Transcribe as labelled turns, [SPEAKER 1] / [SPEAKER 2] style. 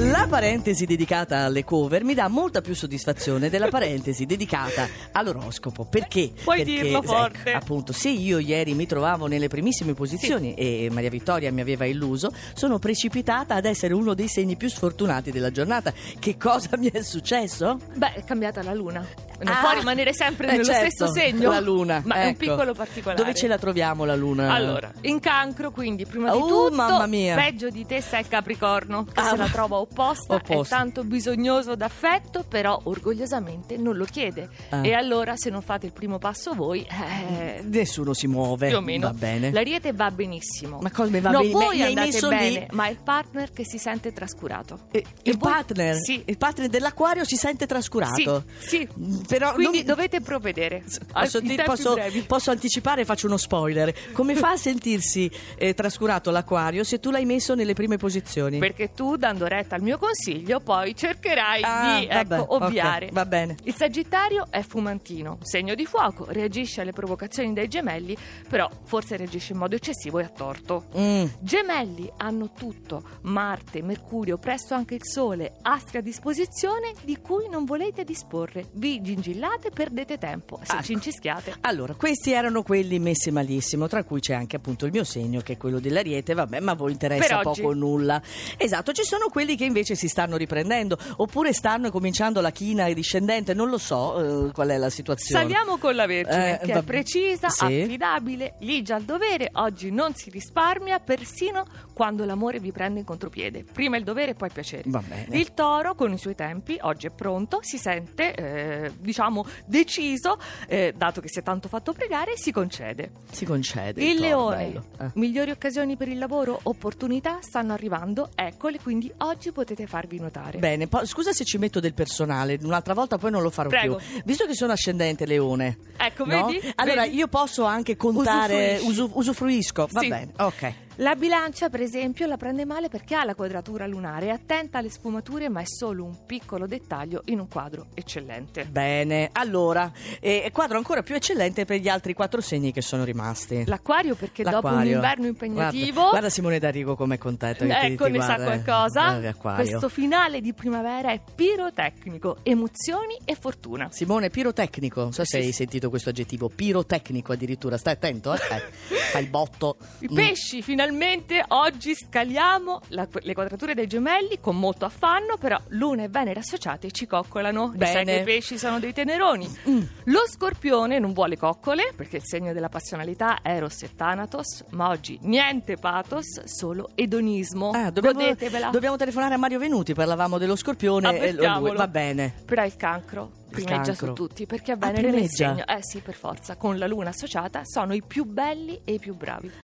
[SPEAKER 1] La parentesi dedicata alle cover mi dà molta più soddisfazione della parentesi dedicata all'oroscopo. Perché?
[SPEAKER 2] Puoi
[SPEAKER 1] Perché,
[SPEAKER 2] dirlo
[SPEAKER 1] sai,
[SPEAKER 2] forte.
[SPEAKER 1] appunto, se io ieri mi trovavo nelle primissime posizioni e Maria Vittoria mi aveva illuso, sono precipitata ad essere uno dei segni più sfortunati della giornata. Che cosa mi è successo?
[SPEAKER 2] Beh, è cambiata la luna. Non
[SPEAKER 1] Ah.
[SPEAKER 2] può rimanere sempre
[SPEAKER 1] Eh,
[SPEAKER 2] nello
[SPEAKER 1] certo,
[SPEAKER 2] stesso segno.
[SPEAKER 1] La luna.
[SPEAKER 2] Ma è un
[SPEAKER 1] ecco.
[SPEAKER 2] piccolo particolare. Eh.
[SPEAKER 1] Dove ce la troviamo la luna?
[SPEAKER 2] Allora, in cancro, quindi, prima di
[SPEAKER 1] Oh,
[SPEAKER 2] tutto,
[SPEAKER 1] mamma mia.
[SPEAKER 2] peggio di te sei Capricorno, che
[SPEAKER 1] Ah,
[SPEAKER 2] se la
[SPEAKER 1] ma-
[SPEAKER 2] trova opposta,
[SPEAKER 1] Opposta.
[SPEAKER 2] è tanto bisognoso d'affetto, però orgogliosamente non lo chiede.
[SPEAKER 1] Ah.
[SPEAKER 2] E allora, se non fate il primo passo voi, eh,
[SPEAKER 1] Nessuno si muove.
[SPEAKER 2] più o meno,
[SPEAKER 1] Va bene.
[SPEAKER 2] l'ariete va benissimo.
[SPEAKER 1] Ma come va
[SPEAKER 2] no,
[SPEAKER 1] bene?
[SPEAKER 2] voi
[SPEAKER 1] Mi hai
[SPEAKER 2] andate
[SPEAKER 1] messo
[SPEAKER 2] bene,
[SPEAKER 1] lì?
[SPEAKER 2] ma è il partner che si sente trascurato.
[SPEAKER 1] Eh,
[SPEAKER 2] E
[SPEAKER 1] il
[SPEAKER 2] voi-
[SPEAKER 1] partner,
[SPEAKER 2] Sì.
[SPEAKER 1] il partner dell'acquario si sente trascurato.
[SPEAKER 2] Sì,
[SPEAKER 1] Mm,
[SPEAKER 2] sì.
[SPEAKER 1] però
[SPEAKER 2] Quindi
[SPEAKER 1] non-
[SPEAKER 2] dovete provvedere.
[SPEAKER 1] Posso,
[SPEAKER 2] In
[SPEAKER 1] dir-
[SPEAKER 2] tempi
[SPEAKER 1] posso-
[SPEAKER 2] brevi.
[SPEAKER 1] posso anticipare, faccio uno spoiler. Come fa a sentirsi eh, trascurato l'acquario se tu l'hai messo nelle prime posizioni?
[SPEAKER 2] Perché tu, dando retta al mio consiglio, poi cercherai
[SPEAKER 1] Ah,
[SPEAKER 2] di
[SPEAKER 1] vabbè,
[SPEAKER 2] ecco,
[SPEAKER 1] ok,
[SPEAKER 2] ovviare.
[SPEAKER 1] va bene.
[SPEAKER 2] Il Sagittario è fumantino, segno di fuoco, reagisce alle provocazioni dei gemelli, però forse reagisce in modo eccessivo e a torto.
[SPEAKER 1] Mm.
[SPEAKER 2] Gemelli hanno tutto, Marte, Mercurio, presto anche il Sole, astri a disposizione di cui non volete disporre. Vi gingillate, perdete tempo, se
[SPEAKER 1] Ecco.
[SPEAKER 2] cincischiate.
[SPEAKER 1] Allora, questi erano quelli messi malissimo, tra cui c'è anche appunto il mio segno, che è quello dell'ariete, vabbè, ma a voi interessa
[SPEAKER 2] Per oggi.
[SPEAKER 1] poco o nulla. Esatto, ci sono quelli che invece si stanno riprendendo, oppure stanno cominciando la china discendente, non lo so eh, qual è la situazione.
[SPEAKER 2] Saliamo con la Vergine,
[SPEAKER 1] Eh,
[SPEAKER 2] che
[SPEAKER 1] va-
[SPEAKER 2] è precisa,
[SPEAKER 1] sì.
[SPEAKER 2] affidabile, ligia al dovere, oggi non si risparmia, persino quando l'amore vi prende in contropiede. Prima il dovere e poi il piacere.
[SPEAKER 1] Va bene.
[SPEAKER 2] Il toro, con i suoi tempi, oggi è pronto, si sente, eh, diciamo, deciso, eh, dato che si è tanto fatto pregare, si concede.
[SPEAKER 1] Si concede.
[SPEAKER 2] Il
[SPEAKER 1] toro,
[SPEAKER 2] leone,
[SPEAKER 1] bello. Eh.
[SPEAKER 2] migliori occasioni per il lavoro, opportunità stanno arrivando, eccole, quindi oggi potete farvi notare.
[SPEAKER 1] Bene, po- scusa se ci metto del personale, un'altra volta poi non lo farò
[SPEAKER 2] Prego.
[SPEAKER 1] più. Visto che sono ascendente leone,
[SPEAKER 2] ecco,
[SPEAKER 1] no?
[SPEAKER 2] vedi?
[SPEAKER 1] Allora
[SPEAKER 2] Vedi?
[SPEAKER 1] io posso anche contare,
[SPEAKER 2] Usufruisci.
[SPEAKER 1] usu- usufruisco, va
[SPEAKER 2] Sì.
[SPEAKER 1] bene, ok.
[SPEAKER 2] La bilancia, per esempio, la prende male perché ha la quadratura lunare, è attenta alle sfumature, ma è solo un piccolo dettaglio in un quadro eccellente.
[SPEAKER 1] Bene, allora, eh, quadro ancora più eccellente per gli altri quattro segni che sono rimasti.
[SPEAKER 2] L'acquario perché dopo un
[SPEAKER 1] L'acquario.
[SPEAKER 2] inverno
[SPEAKER 1] Guarda,
[SPEAKER 2] impegnativo...
[SPEAKER 1] guarda Simone D'Arrigo com'è contento. che ti-
[SPEAKER 2] Ecco,
[SPEAKER 1] ti
[SPEAKER 2] ne sa
[SPEAKER 1] guarda, eh, eh,
[SPEAKER 2] qualcosa.
[SPEAKER 1] l'acquario.
[SPEAKER 2] Questo finale di primavera è pirotecnico, emozioni e fortuna.
[SPEAKER 1] Simone, pirotecnico, non so se
[SPEAKER 2] Sì,
[SPEAKER 1] hai
[SPEAKER 2] sì.
[SPEAKER 1] sentito questo aggettivo, pirotecnico addirittura, stai attento, eh? eh, fai il botto.
[SPEAKER 2] I
[SPEAKER 1] Mm.
[SPEAKER 2] pesci, finalmente oggi scaliamo la- le quadrature dei gemelli con molto affanno, però Luna e Venere associate ci coccolano. E sai
[SPEAKER 1] Bene.
[SPEAKER 2] che i pesci sono dei teneroni.
[SPEAKER 1] Mm.
[SPEAKER 2] Lo scorpione non vuole coccole, perché il segno della passionalità è Eros e Thanatos, ma oggi niente pathos, solo edonismo.
[SPEAKER 1] Ah, dobbiamo,
[SPEAKER 2] Godetevela.
[SPEAKER 1] dobbiamo telefonare a Mario Venuti, parlavamo dello
[SPEAKER 2] Ah,
[SPEAKER 1] scorpione e lo- lui,
[SPEAKER 2] Avvertiamolo.
[SPEAKER 1] va bene.
[SPEAKER 2] Però il cancro primeggia
[SPEAKER 1] cancro.
[SPEAKER 2] su tutti, perché
[SPEAKER 1] Ah,
[SPEAKER 2] a Venere nel
[SPEAKER 1] primeggia?
[SPEAKER 2] segno, eh sì, per forza, con la Luna associata sono i più belli e i più bravi.